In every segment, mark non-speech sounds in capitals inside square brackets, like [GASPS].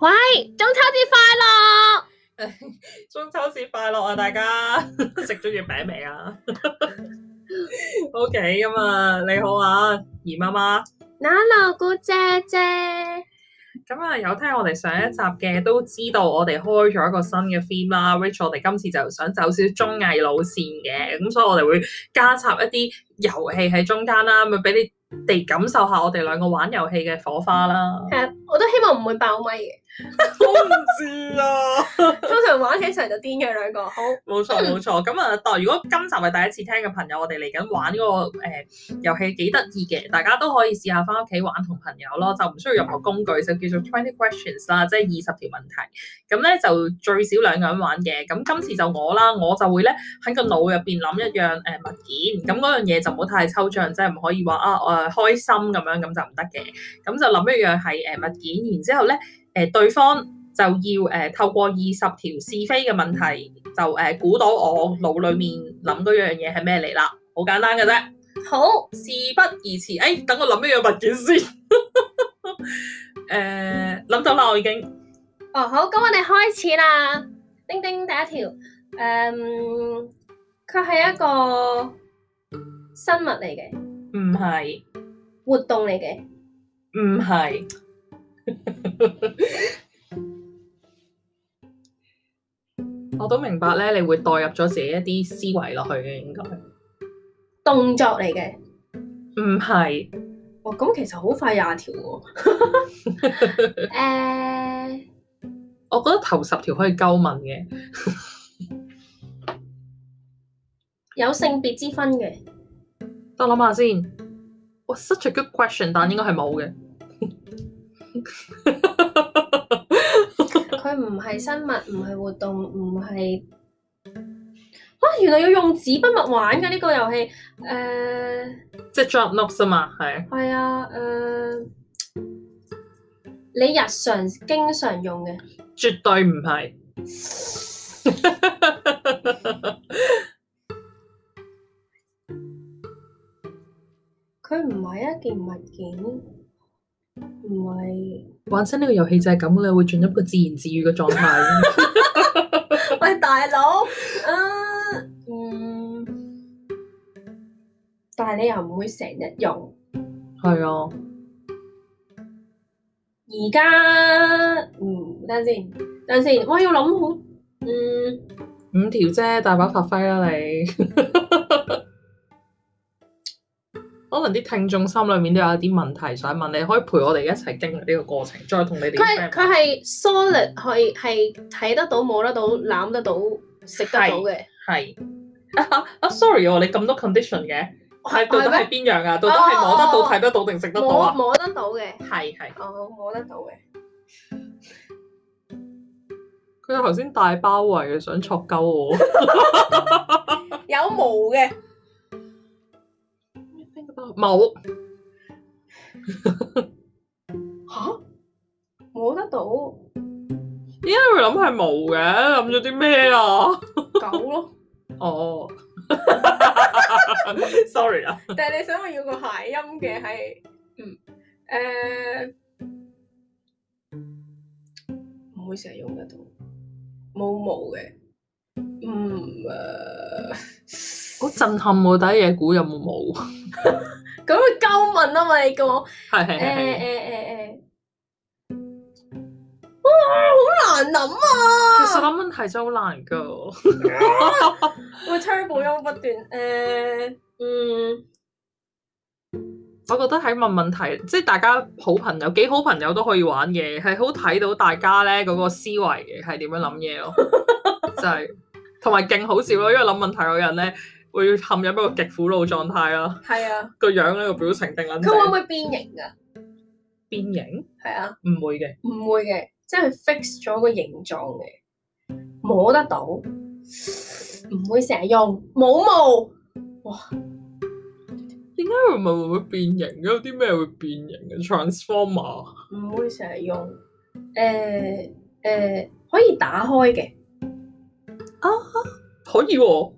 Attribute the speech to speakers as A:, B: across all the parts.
A: 喂，中秋節快
B: 中秋節快樂啊！大家食咗月餅未啊 [LAUGHS] ？OK 咁啊，你好啊，姨媽媽。
A: 樂！那羅姑姐姐，
B: 咁啊，有聽我哋上一集嘅都知道，我哋開咗一個新嘅 theme 啦，which 我哋今次就想走少少綜藝路線嘅，咁所以我哋會加插一啲遊戲喺中間啦，咪俾你哋感受下我哋兩個玩遊戲嘅火花啦。
A: 誒，啊我都希望唔會爆咪嘅。
B: 我唔知啊。
A: 通常玩起上嚟就癲嘅兩個，好
B: 冇錯冇錯，咁啊，但如果今集係第一次聽嘅朋友，我哋嚟緊玩嗰個誒遊戲幾得意嘅，大家都可以試下翻屋企玩同朋友咯，就唔需要任何工具，就叫做 Twenty Questions 啦，即係二十條問題。咁咧就最少兩個人玩嘅，咁今次就我啦，我就會咧喺個腦入邊諗一樣誒、物件，咁嗰樣嘢就唔好太抽象，即係唔可以話啊誒、開心咁樣咁就唔得嘅，咁就諗一樣係誒物件，然之後咧誒、對方。就要誒、透過二十條是非嘅問題，就誒估、到我腦裡面諗嗰樣嘢係咩嚟啦，好簡單嘅啫，
A: 好
B: 事不宜遲，誒、哎等我諗一樣物件先， [LAUGHS] 誒諗到啦，我已經。
A: 哦好，咁我哋開始啦。叮叮第一條，誒、佢係一個生物嚟嘅，
B: 唔係，
A: 活動嚟嘅，
B: 唔係， [LAUGHS] 我都明白咧，你會代入咗自己一啲思維落去嘅，應該
A: 動作嚟嘅。
B: 唔係，
A: 哇，咁其實好快廿條喎。 [LAUGHS] 誒、
B: 我覺得頭十條可以鳩問嘅，
A: 有性別之分嘅，
B: 等我諗下先。哇，such a good question，但應該係冇嘅。 [LAUGHS]
A: 佢唔係生物，唔係活動，唔係啊！原來要用紙筆墨玩嘅呢、個遊戲，誒、
B: 即係 job notes 啊嘛，係
A: 係啊，誒、你日常經常用嘅
B: 絕對唔係。 [LAUGHS]
A: 佢唔係一件物件，唔係。
B: 玩親呢個遊戲就係咁啦，會進入一個自言自語嘅狀態。
A: [LAUGHS]
B: [LAUGHS]
A: 喂，大佬，啊，嗯，但係你又唔會成日用。
B: 係啊，
A: 而家，嗯，等陣先，等陣先，我要諗好，嗯。
B: 五條啫，大把發揮啦你。 [LAUGHS] 可能啲聽眾心裏面都有啲問題想問，你可以陪我哋一齊經歷呢個過程，再同你哋
A: 佢
B: friend
A: 佢係 solid，係係睇得到、摸得到、攬得到、食得到嘅。
B: 係 [LAUGHS] 啊啊，sorry 喎，你咁多 condition 嘅，係到底係
A: 咩？
B: 邊樣啊？到底係摸得
A: 哦哦
B: 到、
A: 哦
B: 睇得到定食得到
A: 摸
B: 啊？
A: 摸得到嘅，
B: 係係，
A: 哦，摸得到嘅。
B: 佢頭先大包圍想戳鳩 [LAUGHS] 我。
A: 有毛嘅，
B: 冇，
A: 吓？摸得到狗
B: 點解會諗係冇嘅？諗咗啲咩啊？
A: 咯？
B: 哦 [LAUGHS] ，sorry 啊，
A: [LAUGHS] 但係你想我要個諧音嘅係，嗯，誒、唔會成日用得到，冇毛嘅，嗯誒。
B: 好震撼喎！第一嘢估有冇冇？
A: [LAUGHS] 咁佢鳩問啊嘛，你講。誒
B: 係
A: 誒誒誒，
B: 係係，
A: 誒哇，好難諗
B: 其實
A: 啊！
B: 諗問題真係好難噶。
A: 會 turbo 音不斷，誒、嗯，
B: 我覺得喺問問題，即係大家好朋友，幾好朋友都可以玩嘅，係好睇到大家咧嗰個思維嘅係點樣諗
A: [LAUGHS]
B: 嘢咯，就係同埋勁好笑咯，因為諗問題嗰人咧會陷入一個極苦惱狀態啦，
A: 係啊，
B: 個樣咧個表情定撚
A: 佢會唔
B: 正
A: 會變形㗎？
B: 變形，
A: 係啊，
B: 唔會嘅。
A: 唔會嘅，即係佢 fix 咗個形狀嘅，摸得到，唔會成日用，冇毛，
B: 點解佢咪會變形？有啲咩會變形嘅？Transformer
A: 唔會成日用，誒、誒、可以打開嘅，
B: 可以喎、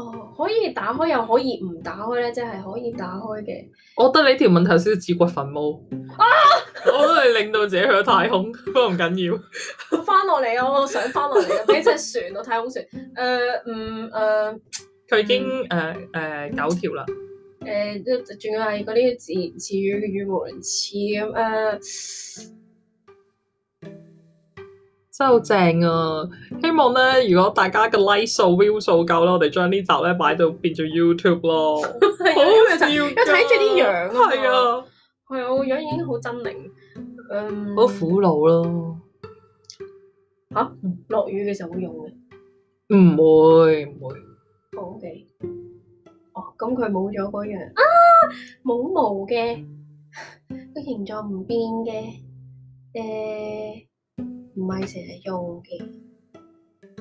A: 哦，可以打開又可以唔打開咧，即係可以打開嘅。
B: 我覺得你條問題先至骨墳墓啊！我都係令到自己去咗太空，不過唔緊要。
A: 翻落嚟啊！我想翻落嚟啊！俾隻船我太空船。呃嗯誒唔誒
B: 佢已經
A: 嗯
B: 誒誒九條啦，
A: 誒，都呃仲要係嗰啲自言自語嘅語無倫次咁呃誒。
B: 真係好正啊！希望咧，如果大家嘅 like 數 view 數夠啦，我哋將呢集咧擺到變做 YouTube 咯，好
A: 係啊因為就
B: 笑
A: 係
B: 㗎。
A: 因為睇住啲樣啊嘛
B: 係啊，
A: 係啊，我個樣已經好猙獰。嗯，
B: 好苦惱咯。
A: 落雨嘅時候會用嘅。
B: 唔會唔會，
A: 好嘅。哦，咁佢冇咗嗰樣啊，冇毛嘅，個形狀唔變嘅，誒、唔係成日用嘅，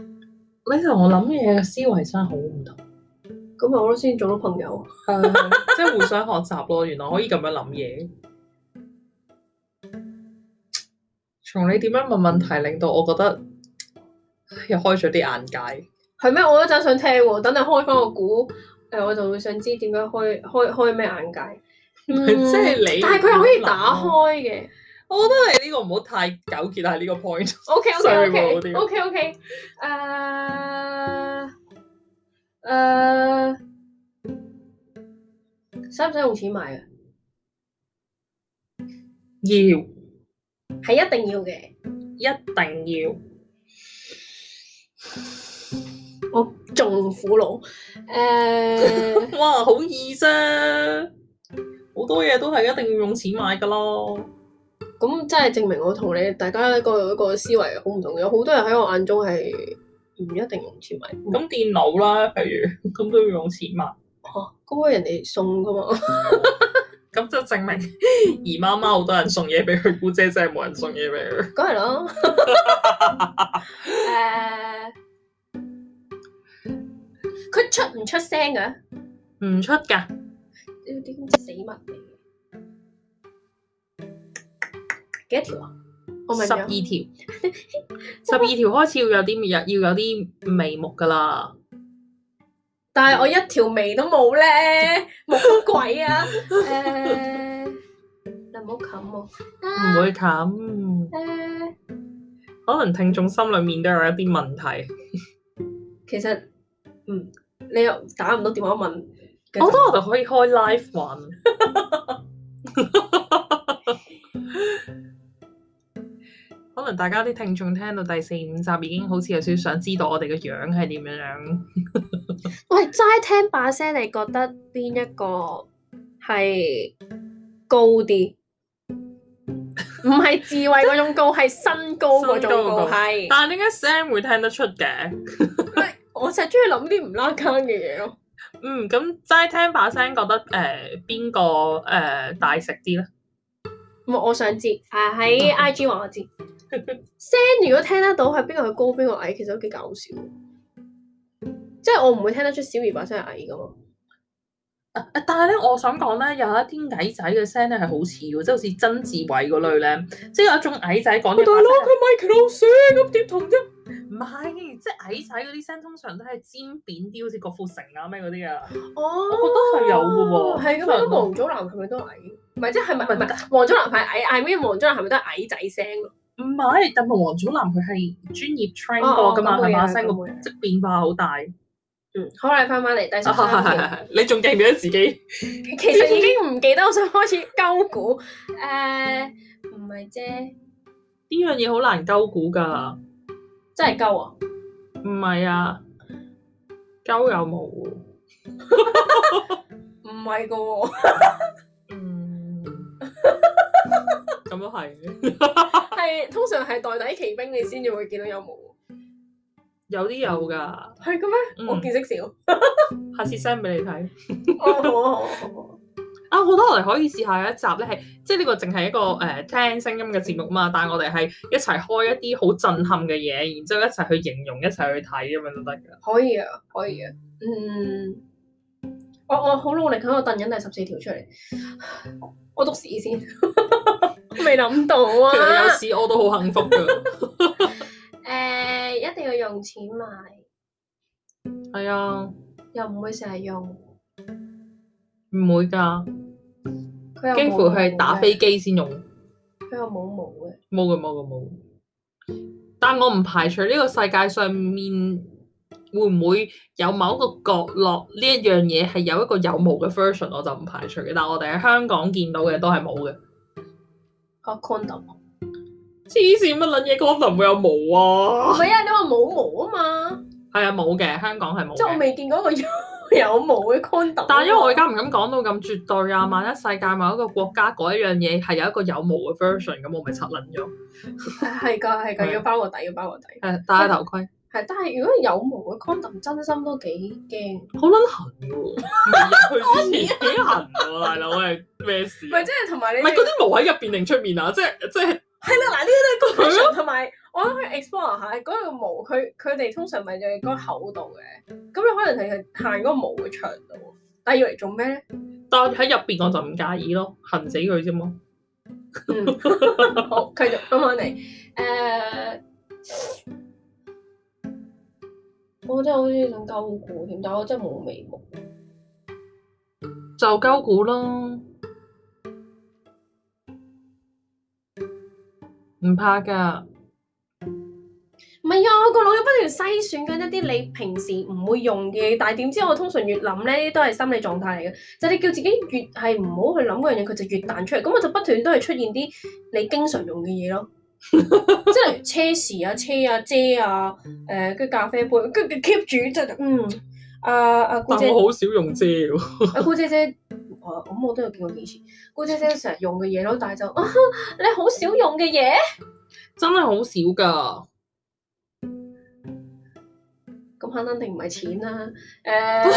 B: 你同我諗嘢嘅思維真係好唔
A: [LAUGHS]
B: 同，
A: 咁咪我都先做到朋友。
B: 即係互相學習咯。原來可以咁樣諗嘢，從你點樣問問題，令到我覺得唉又開咗啲眼界。
A: 係咩？我都真係想聽喎，等你開翻個股，誒、我就會想知點樣開開開咩眼界。嗯
B: 即係你
A: 但係佢又可以打開嘅。
B: 我覺得你呢個唔好太糾結喺呢個 point。
A: O K O
B: [LAUGHS] Sorry
A: K
B: 喎
A: O
B: 我
A: K O
B: 哋
A: K O K，誒誒，使唔使用錢買啊？
B: 要
A: 係一定要嘅。
B: 一定要
A: 我仲苦惱，誒、
B: [LAUGHS] 哇，好易啫！好多嘢都係一定要用錢買噶咯。
A: 咁真係證明我同你大家個個思維好唔同，有好多人喺我眼中係唔一定用錢買，咁
B: 咁電腦啦，譬如咁都要用錢買，
A: 嚇嗰個人哋送
B: [LAUGHS]
A: 噶嘛，
B: 咁就證 [LAUGHS] 明姨媽媽好多人送嘢俾佢，姑姐真係冇人送嘢俾佢。
A: 梗係
B: [LAUGHS]
A: 啦，誒、佢出唔出聲㗎？
B: 唔出㗎，
A: 呢啲咁死物嚟嘅，幾多條啊？我問
B: 十二
A: 咗
B: 條，十二條 [LAUGHS] 開始要有啲要有啲眉目㗎啦。
A: 但係我一條眉都冇咧，冇
B: [LAUGHS]
A: 鬼啊！誒、你唔好冚我。
B: 唔會咁，
A: 誒、
B: 可能聽眾心裏面都有一啲問題。
A: 其實嗯，你又打唔到電話問，
B: 我覺得我哋可以開 live [LAUGHS] 玩。可能大家啲聽眾聽到第四五集已經好似有少少想知道我哋嘅樣係點樣樣。
A: 喂，齋聽把聲，你覺得邊一個係高啲？唔係智慧嗰種高，係身高嗰種
B: 身高
A: 高，
B: 嗰
A: 係。
B: 但係點解 Sam 會聽得出嘅？
A: 我成日中意諗啲唔拉更嘅嘢咯。
B: 嗯，咁齋聽把聲覺得誒邊個誒大食啲咧？
A: 我我想知，誒啊喺 I G 話我知。聲如果聽得到係邊個係高邊個矮，其實都幾搞笑。 [LAUGHS] 即係我唔會聽得出小儀把聲係矮噶嘛。
B: 啊但係咧，我想講咧，有一啲矮仔嘅聲咧係好似嘅，即係好似曾志偉嗰類咧，即係有一種矮仔講嘢把聲係
A: 佢 Michael 老師咁點同啫？
B: 唔係，即係矮仔嗰啲聲通常都係尖扁啲，好似郭富城啊咩嗰啲啊。
A: 哦，
B: 我覺得係有㗎喎
A: 係咁樣，黃祖藍係咪都矮？唔係，即係咪唔係黃祖藍係矮？I mean 黃祖藍係咪都係矮仔聲咯？
B: 唔係，但係黃祖藍佢係專業 train
A: 哦
B: 過噶嘛，
A: 咁會
B: 係
A: 啊
B: 把聲
A: 咁會
B: 個
A: 啊
B: 即係變化好大。
A: 嗯，好啦，翻返嚟第十三條，[LAUGHS]
B: [LAUGHS] 你仲記唔記得自己？
A: 其實已經唔記得，我想開始鳩估。誒，唔係啫，
B: 呢樣嘢好難鳩估㗎，
A: 真係鳩啊！
B: 唔係啊，鳩又冇喎。
A: 唔係噶喎，
B: 嗯， [LAUGHS] 咁都係。
A: 係通常係袋底奇兵你先至會見到有毛。
B: 有啲有㗎，
A: 係嘅咩？
B: 嗯
A: 我見識少。
B: 下次 send 俾你睇。
A: 哦，好啊好啊好啊
B: 啊，我覺得我哋可以試下有一集咧，係即係呢個淨係一個誒、呃、聽聲音嘅節目嘛，但係我哋係一齊開一啲好震撼嘅嘢，然之後一齊去形容，一齊去睇咁樣都得㗎。
A: 可以啊，可以啊。嗯，我我好努力喺度掟緊第十四條出嚟， [SIGHS] 我讀屎先， [LAUGHS] 未諗到
B: [LAUGHS] 其實你有
A: 啊。
B: 屎我都好幸福㗎。
A: 誒，一定要用錢買。
B: 係啊，
A: 又唔會成日用，
B: 唔會㗎，
A: 佢又
B: 幾乎係
A: 係
B: 打飛，機先用，
A: 佢又冇毛嘅，
B: 冇嘅冇嘅冇。但我唔排除呢個世界上面會唔會有某一個角落呢一樣嘢係有一個有毛嘅 version，我就唔排除嘅。但係我哋喺香港見到嘅都係冇嘅。
A: 哦 condom，
B: 黐線乜撚嘢 condom 會有毛
A: 唔
B: 啊？
A: 係啊，你話冇毛啊嘛，
B: 係啊，冇嘅，香港係冇
A: 即係我
B: 嘅。
A: 未見過一個有 [LAUGHS] 有毛嘅 condom，啊
B: 但係因為我而家唔敢講到咁絕對啊，萬一世界某一個國家嗰一樣嘢係有一個有毛嘅 version，咁我咪柒撚咗。
A: 係㗎係
B: 係啊
A: 㗎，要包個底要包個底，
B: 誒，戴頭盔，
A: 係，但係如果有毛嘅 condom，真心都幾驚。
B: 好撚痕嘅喎， [LAUGHS] 未入去之前幾痕喎，大佬係咩事
A: 唔 [LAUGHS]
B: 啊？
A: 係即係同埋你
B: 唔係嗰啲毛喺入邊定出面啊？即係即係
A: 係啦，嗱呢啲都係
B: 係
A: question 同埋我諗去 explore 下嗰個毛，佢佢哋通常咪就係嗰個厚度嘅，咁你可能係行嗰個毛嘅長度，但係要嚟做咩咧？
B: 但係喺入邊我就唔介意咯，痕死佢啫嘛。
A: 嗯， [LAUGHS] 好，繼續咁翻嚟，誒、我真係好中意想鳩估添，但係我真係冇眉毛，
B: 就鳩估咯，唔怕㗎。
A: 唔係啊，我個腦要不斷篩選緊一啲你平時唔會用嘅，但係點知我通常越諗咧都係心理狀態嚟嘅，就係你叫自己越係唔好去諗嗰樣嘢，佢就越彈出嚟，咁我就不斷都係出現啲你經常用嘅嘢咯，即係車匙啊、車啊、遮啊、誒跟住咖啡杯，跟住 keep 住就嗯啊啊姑
B: 但
A: 姐
B: 我好少用遮喎。
A: 啊姑姐姐，我咁我都有見過幾次，姑姐姐成日用嘅嘢咯，但係就、啊、你好少用嘅嘢，
B: 真係好少噶，
A: 咁肯定唔係錢啦，誒、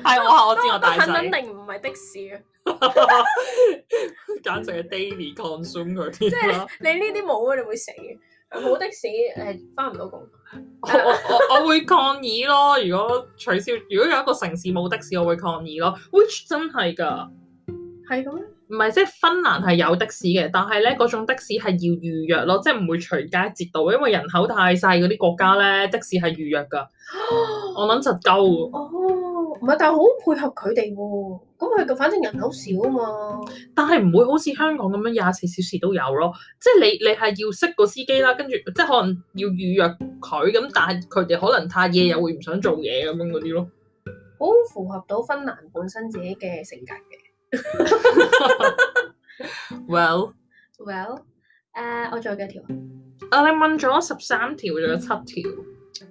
B: 係我我知我大
A: 肯
B: 細，
A: 定唔係的士啊！
B: [LAUGHS] 簡直係 daily consume 佢添啦。
A: 你呢啲冇啊，你會死嘅。冇的士誒，翻唔到工。
B: [LAUGHS] 我我我我會抗議咯，如果取消，如果有一個城市冇的士，我會抗議咯。Which 真係㗎，
A: 係咁咩？
B: 唔係即係芬蘭係有的士嘅，但係咧嗰種的士係要預約咯，即係唔會隨街截到，因為人口太細嗰啲國家咧，的士係預約 [GASPS] 㗎。我諗實鳩喎。
A: 哦，唔係，但係好配合佢哋喎。咁佢個反正人口少啊嘛。
B: 但係唔會好似香港咁樣廿四小時都有咯，即係你你係要識個司機啦，跟住即係可能要預約佢咁，但係佢哋可能太夜又會唔想做嘢咁樣嗰啲咯。
A: 好符合到芬蘭本身自己嘅性格嘅。
B: Well，
A: Well，誒、我仲有幾多條啊
B: 啊你問咗十三條，仲有七條，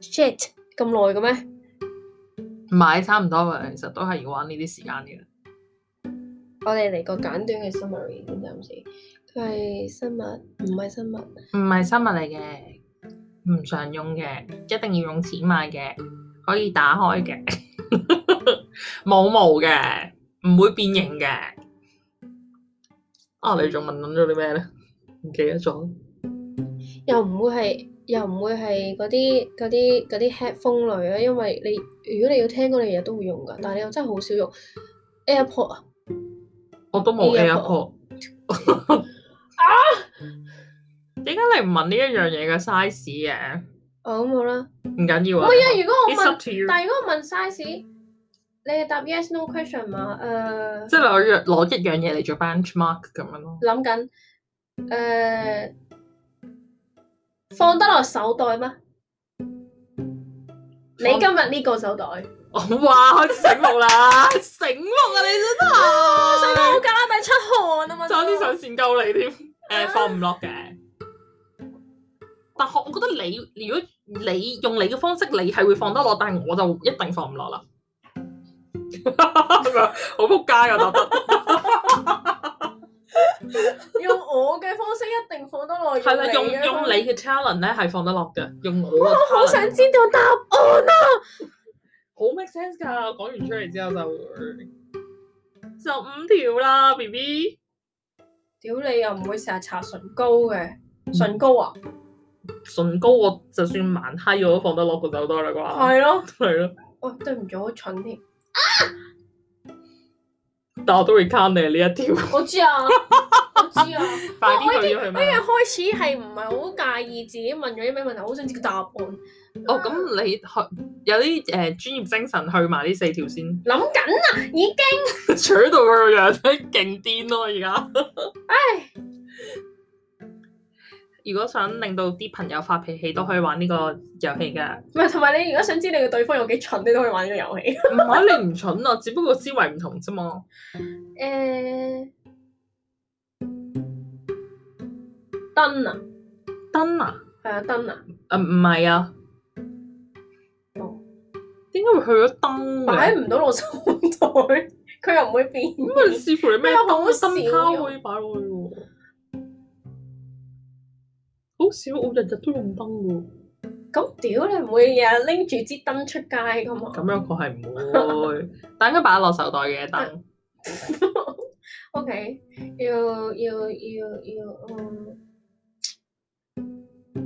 A: ？Shit，咁耐嘅咩？
B: 唔係差唔多啊嘅，其實都係要玩呢啲時間嘅。
A: 我哋嚟個簡短嘅 summary 先暫時。佢係生物，唔係生物。
B: 唔係新物嚟嘅，唔常用嘅，一定要用錢買嘅，可以打開嘅， [LAUGHS] 冇毛嘅，唔會變形嘅。啊，你仲問緊咗啲咩咧？唔記得咗。
A: 又唔會係，又唔會係嗰啲嗰啲嗰啲 headphone 類啊，因為你如果你要聽嗰類嘢都會用㗎，但係你又真係好少用 AirPod 啊，
B: 我都冇 AirPod
A: AirPod。啊
B: 點解你唔問呢一樣嘢嘅 size 嘅？
A: 哦咁好啦。
B: 唔緊要
A: 唔
B: 啊。
A: 係啊，如果我
B: It's up
A: 問，
B: to you。
A: 但係如果我問 size，你係答 yes no question 嘛？誒
B: 即係攞一攞一樣嘢嚟做 benchmark 咁樣咯。
A: 諗緊誒放得落手袋嗎？你今日呢個手袋，我
B: 哦哇！開始醒目啦，醒目啊！你真係，
A: 加底出汗啊嘛
B: 爭啲想善鳩你添。誒，放唔落嘅。但係我覺得你如果你用你嘅方式，你係會放得落，但係我就一定放唔落啦。 [LAUGHS] 好仆街啊！答得。
A: 用我嘅方式一定放得落，
B: 係啦，用
A: 你啊嘅
B: 用
A: 方
B: 你
A: 式
B: 嘅 talent 咧係放得落嘅，用我嘅 talent
A: 好想知道答案啊！
B: 好 make sense 㗎。講完出嚟之後就會十五條啦，B B。
A: 屌你又唔會成日搽唇膏嘅，唇膏啊，
B: 唇膏我就算盲閪我都放得落個酒袋啦啩，
A: 係咯，
B: 係咯，
A: 喂，對唔住，好蠢添，
B: 但我都會 count 你呢一條。
A: [LAUGHS] 我知啊，我唔知啊。
B: [LAUGHS] 快
A: 我
B: 啲哎
A: 已
B: 去
A: 經
B: 咗佢
A: 我一
B: 咩？
A: 開始係唔係好介意自己問咗啲咩問題，我好想知個答案。
B: 哦，咁你去有啲誒專業精神去埋呢四條 [LAUGHS] 先，
A: 諗緊啊，已經
B: 取到佢個樣咧勁癲咯！而家，唉，如果想令到啲朋友發脾氣，都可以玩呢個遊戲㗎。
A: 唔係，同埋你如果想知你嘅對方有幾蠢，你都可以玩呢個遊戲。
B: 唔係你唔蠢啊，只不過思維唔同啫嘛。
A: 誒，燈啊，
B: 燈啊，
A: 係啊，燈啊，
B: 誒唔係啊
A: 哦，
B: 點解會去咗燈
A: 擺
B: 嘅？
A: 唔到落手袋，佢又唔會變。
B: 咁啊，視乎你咩
A: 咩好
B: 燈
A: 少
B: 燈泡可以擺落去喎。好少，我日日都用燈喎。
A: 咁屌你唔會日日拎住支燈出街噶嘛？
B: 咁樣我係唔會， [LAUGHS] 但應該擺落手袋嘅燈。
A: O、k 要要要要，嗯，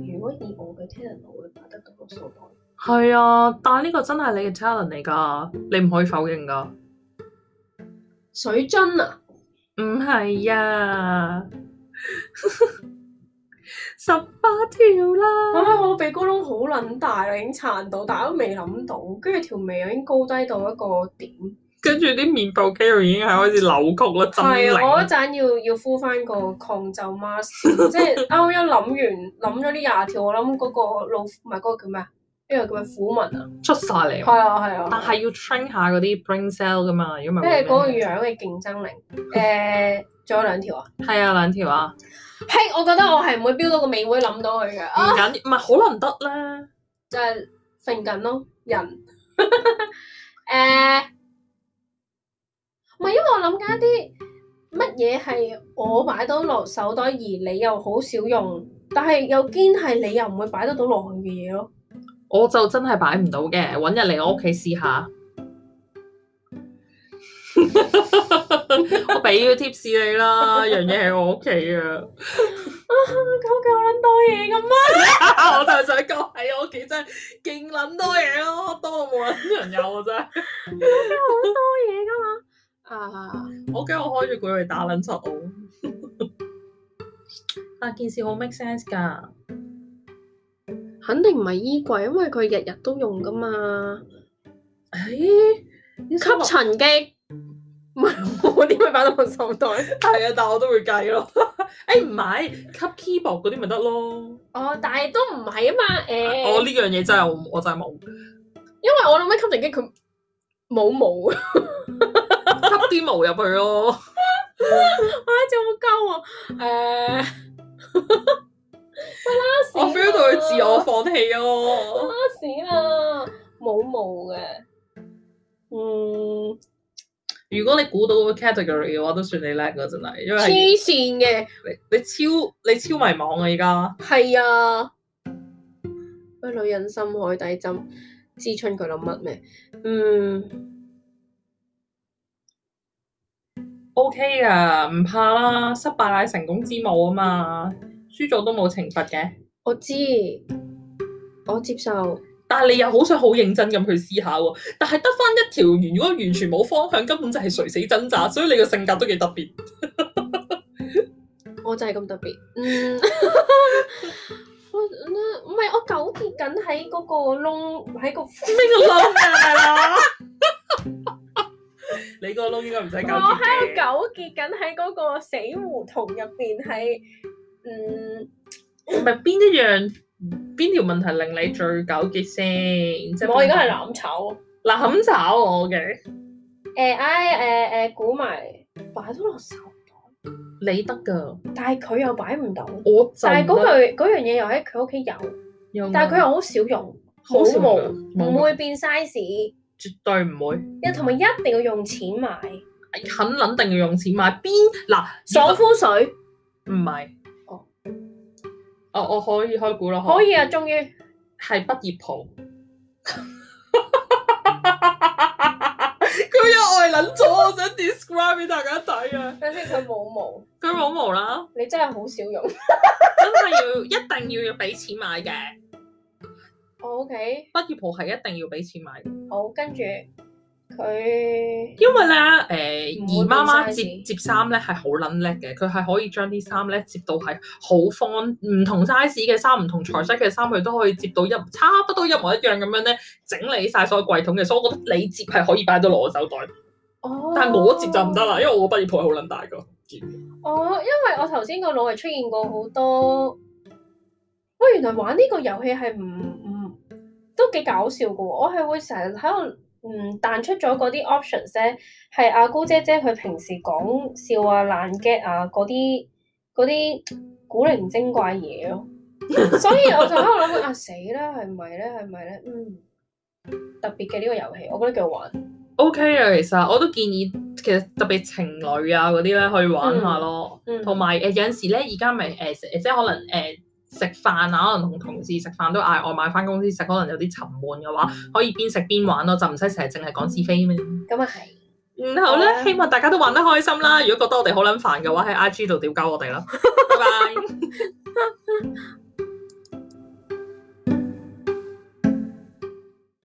A: 如果以我嘅 talent，我會擺得到個數袋。
B: 係啊，但呢個真係你嘅 talent 嚟㗎，你唔可以否認㗎。
A: 水樽啊，
B: 唔係啊， [LAUGHS] 十八條啦。
A: 啊，我鼻哥窿好撚大啊啦，已經撐到，但係都未諗到，跟住條眉又已經高低到一個點。
B: 跟住啲面部肌肉已經係開始扭曲啦，
A: 係
B: 真
A: 啊，我一
B: 靈。
A: 陣要要敷翻個抗皺 mask，即係啊啱一諗完諗咗呢廿條，我諗嗰個老虎唔係嗰個叫咩啊？呢個叫咩虎紋啊？
B: 出晒嚟
A: 係
B: 喎。
A: 啊係啊，
B: 但係要 train 下嗰啲 brain cell 噶嘛，如果唔
A: 即係
B: 係
A: 嗰
B: 會
A: 個
B: 咩
A: 樣嘅競爭力。誒，仲有兩條啊？
B: 係啊，兩條啊，
A: 係，我覺得我係唔會飆到個尾會諗到佢嘅，
B: 唔
A: 啊，
B: 緊要，唔係可能得啦。
A: 就係瞓緊咯，人。 [LAUGHS] 誒、唔係因為我諗緊一啲乜嘢係我擺到落手袋，而你又好少用，但係又堅係你又唔會擺得到落去嘅嘢咯。
B: 我就真係擺唔到嘅，揾日嚟我屋企試 [LAUGHS] 下。我俾咗 tips 你啦，樣嘢喺我屋企啊！ [LAUGHS]
A: 啊，搞咁撚多嘢咁啊！
B: 我就係想講喺我屋企真係勁撚多嘢咯，多到冇撚人有啊真係。
A: 好多嘢噶嘛。啊，
B: 我驚我開住佢嚟打撚柒我。 [LAUGHS] 但啊件事好 make sense 㗎， [LAUGHS]
A: 肯定唔係衣櫃，因為佢日日都用噶嘛。
B: 哎誒、
A: 吸塵 [LAUGHS] 機，唔係我點會擺到落手袋？
B: 係啊，但我都會計 [LAUGHS] 咯。誒唔係吸 keyboard 嗰啲咪得咯。
A: 哦，但係都唔係啊嘛，誒、
B: 我呢樣嘢真係我我真係冇
A: 因為我諗起吸塵機佢冇
B: [LAUGHS]
A: 毛啊，
B: 吸啲毛入去咯。
A: 啊真好鳩啊，誒、
B: [LAUGHS]
A: [LAUGHS]
B: 我 feel 到佢自我放棄咯。
A: 啊屎啦，冇毛嘅，嗯，
B: 如果你估到個 category 嘅話，都算你叻噶，真係，因為
A: 黐
B: 係
A: 線嘅，
B: 你你超你超迷茫啊！而家
A: 係啊，喂，女人心海底針，知春佢諗乜咩？嗯，
B: OK 噶，唔怕啦，失敗乃成功之母啊嘛，輸咗都冇懲罰嘅。
A: 我知，我接受，
B: 但係你又好想好認真咁去思考喎，但係得翻一條魚，如果完全冇方向，根本就係垂死掙扎，所以你個性格都幾特別。
A: 我就係咁特別，嗯。我唔係我糾結緊喺嗰個窿喺個
B: 咩個窿啊，大佬？ [LAUGHS] 你個窿應該唔使搞
A: 我喺度糾結緊喺嗰個死胡同入邊係，嗯，
B: 唔係邊一樣邊條問題令你最糾結先？即係
A: 我而家係攬炒。
B: 攬炒我嘅，
A: 誒唉誒誒，估埋擺咗落手，
B: 你得㗎，
A: 但係佢又擺唔到，
B: 我就
A: 但係嗰
B: 句，
A: 樣嗰樣嘢又喺佢屋企有，但係佢又好少用，好
B: 少
A: 毛，
B: 用
A: 唔會變 size，
B: 絕對唔會，哎
A: 又同埋一定要用錢買
B: 肯撚定要用錢買邊嗱
A: 爽膚水，
B: 唔係
A: 哦，
B: 哦我可以開估啦，
A: 可以啊，終於
B: 係畢業袍。 [LAUGHS] 佢又愛撚咗，我想 describe 俾大家睇啊！
A: 等先佢冇毛，
B: 佢冇毛啦。
A: 你真係好少用。
B: 真係要一定要要俾錢買嘅，
A: 我 OK，
B: 畢業袍係一定要俾錢買嘅。
A: 好跟住佢
B: 因為咧，誒、姨媽媽
A: 唔會
B: 接
A: 咁 size
B: 接衫咧係好撚叻嘅，佢係可以將啲衫咧接到係好方，唔同 size 嘅衫、唔同材質嘅衫，佢都可以接到一差不多一模一樣咁樣咧，整理晒所有櫃桶嘅，所以我覺得你接係可以擺到落我手袋，
A: 哦，
B: 但係我接就唔得啦，因為我個畢業鋪係好撚大個。
A: 哦，因為我頭先個腦係出現過好多，喂，原來玩呢個遊戲係唔唔都幾搞笑嘅喎，我係會成日喺度嗯彈出咗嗰啲 options 咧，係阿高姐姐佢平時講笑啊、爛 get 啊嗰啲嗰啲古靈精怪嘢
B: [LAUGHS]
A: 咯，所以我就喺度諗啊死啦，係咪咧？係咪咧？嗯，特別嘅呢個遊戲，我覺得幾好玩。
B: O K 啊，其實我都建議，其實特別情侶啊嗰啲咧去玩下咯，
A: 嗯嗯
B: 同埋誒有陣時咧，而家咪誒食即係可能誒。食飯啊，可能同同事食飯都嗌外賣翻公司食，可能有啲沉悶嘅話，可以邊食邊玩咯，就唔使成日淨係講是非咩。
A: 咁啊係，
B: 然後咧，
A: 好啊
B: 嗯希望大家都玩得開心 [LAUGHS] 啦。如果覺得我哋好撚煩嘅話，喺 I G 度屌鳩我哋啦。拜拜。